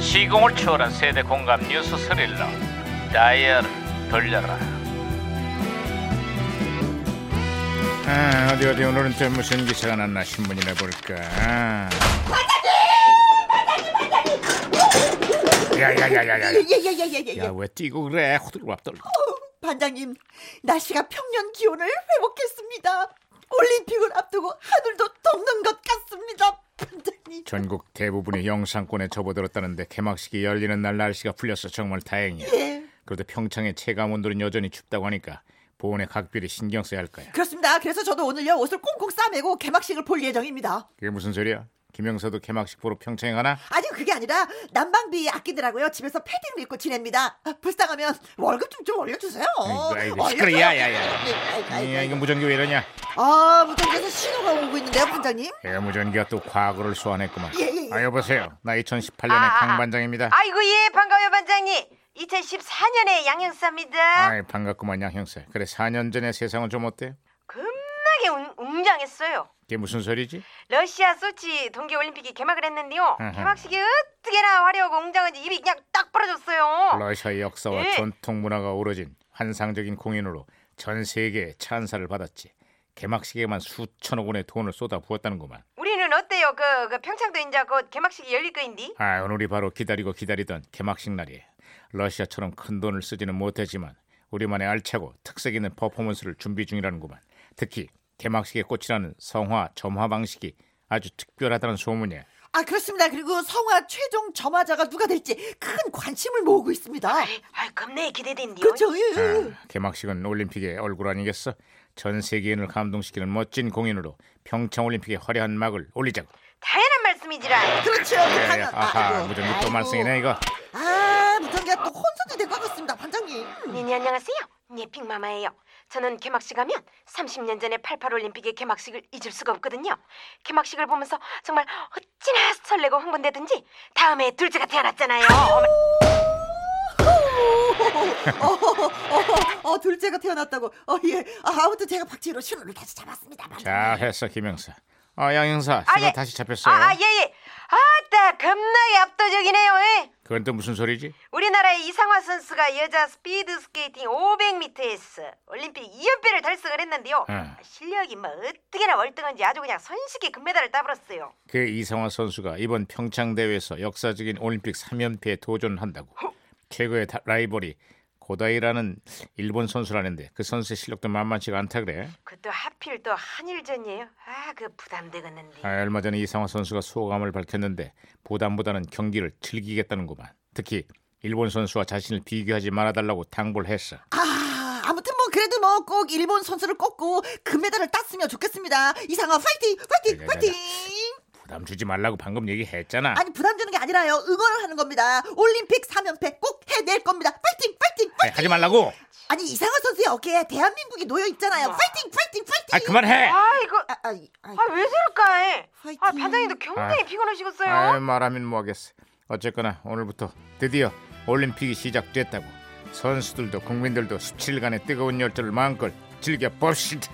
시공을 초월한 세대 공감 뉴스 스릴러 다이얼 돌려라 아, 어디 어디 오늘은 또 무슨 기사가 났나 신문이나 볼까. 야야야야야. 예예예예예. 야 왜 뛰고 그래? 호들갑들. 반장님, 날씨가 평년 기온을 회복했습니다. 올림픽을 앞두고 하늘도 덮는 것 같습니다. 반장님. 전국 대부분이 영상권에 접어들었다는데 개막식이 열리는 날 날씨가 풀려서 정말 다행이야. 예. 그래도 평창의 체감 온도는 여전히 춥다고 하니까 보온의 각별히 신경 써야 할 거야. 그렇습니다. 그래서 저도 오늘요 옷을 꽁꽁 싸매고 개막식을 볼 예정입니다. 그게 무슨 소리야? 김영사도 개막식 보러 평창에 가나? 아니 그게 아니라 난방비 아끼더라고요. 집에서 패딩을 입고 지냅니다. 아, 불쌍하면 월급 좀 좀 올려주세요. 아이고, 아이고, 올려줘요. 시끄러. 야, 야, 야. 네, 아이고, 아이고, 야 이거 아이고. 무전기 왜 이러냐? 아 무전기에서 신호가 오고 있는데요, 반장님. 대무전기가 또 과거를 소환했구만. 예, 예, 예. 아 여보세요. 나 2018년의 아, 아, 아. 강 반장입니다. 아이고 예 반가워요 반장님. 2014년에 양형사입니다. 아이 반갑구만 양 형사. 그래 4년 전의 세상은 좀 어때? 겁나게 웅, 웅장했어요. 이게 무슨 소리지? 러시아 소치 동계올림픽이 개막을 했는데요. 아하. 개막식이 어떻게나 화려하고 웅장한지 입이 그냥 딱 벌어졌어요. 러시아의 역사와 예. 전통 문화가 어우러진 환상적인 공연으로 전 세계에 찬사를 받았지. 개막식에만 수천억 원의 돈을 쏟아부었다는구만. 우리는 어때요? 그, 그 평창도 이제 곧 개막식이 열릴 거인디. 아 오늘이 바로 기다리고 기다리던 개막식 날이에요. 러시아처럼 큰 돈을 쓰지는 못했지만 우리만의 알차고 특색 있는 퍼포먼스를 준비 중이라는구만. 특히 개막식에 꽂히라는 성화 점화 방식이 아주 특별하다는 소문이야. 아 그렇습니다. 그리고 성화 최종 점화자가 누가 될지 큰 관심을 모으고 있습니다. 아 겁내 기대된디요. 그렇죠. 예, 예. 아, 개막식은 올림픽의 얼굴 아니겠어? 전 세계인을 감동시키는 멋진 공연으로 평창 올림픽의 화려한 막을 올리자고. 다양한 말씀이지라. 그렇죠. 예, 하면 아하, 무전기 또 말썽이네 이거. 아, 무전기가 또 혼선이 될것 같습니다, 반장님. 음. 네, 네 안녕하세요. 네 빅마마예요. 저는 개막식 하면 30년 전에 88 올림픽의 개막식을 잊을 수가 없거든요. 개막식을 보면서 정말 어찌나 설레고 흥분되든지 다음에 둘째가 태어났잖아요. 어머, 어, 어, 어, 어, 둘째가 태어났다고. 어, 예. 아, 아무튼 제가 박지희로 신호를 다시 잡았습니다, 반장님. 잘했어 김영사. 아 양영사, 아, 신호 예. 다시 잡혔어요. 아, 아 예예. 아따 겁나게 압도적이네요. 예. 그건 또 무슨 소리지? 우리나라의 이상화 선수가 여자 스피드 스케이팅 500m에서 올림픽 2연패를 달성을 했는데요. 응. 실력이 뭐 어떻게나 월등한지 아주 그냥 손쉽게 금메달을 따버렸어요. 그 이상화 선수가 이번 평창 대회에서 역사적인 올림픽 3연패에 도전한다고. 최고의 다- 라이벌이 고다이라는 일본 선수라는데 그 선수의 실력도 만만치가 않다 그래. 그것도 하필 또 한일전이에요. 아, 그 부담되겠는데. 아, 얼마 전에 이상화 선수가 소감을 밝혔는데 부담보다는 경기를 즐기겠다는구만. 특히 일본 선수와 자신을 비교하지 말아달라고 당부를 했어. 아, 아무튼 뭐, 그래도 뭐, 꼭 일본 선수를 꺾고 그 금메달을 땄으면 좋겠습니다. 이상아, 파이팅! 네, 파이팅! 네, 네. 파이팅! 부담 주지 말라고 방금 얘기했잖아. 아니, 부담 주는 게 아니라요. 응원을 하는 겁니다. 올림픽 3연패 꼭 해낼 겁니다. 파이팅! 파이팅! 아니, 파이팅! 하지 말라고. 아니, 이상아 선수의 어깨에 대한민국이 놓여 있잖아요. 파이팅! 파이팅! 파이팅! 아 그만해. 아, 이거 아, 아, 아, 아, 왜 저럴까? 예. 화이팅. 아, 반장님도 굉장히 아. 피곤하시겠어요. 아 말하면 뭐하겠어. 어쨌거나 오늘부터 드디어 올림픽이 시작됐다고. 선수들도 국민들도 17일간의 뜨거운 열정을 마음껏 즐겨 봅시다.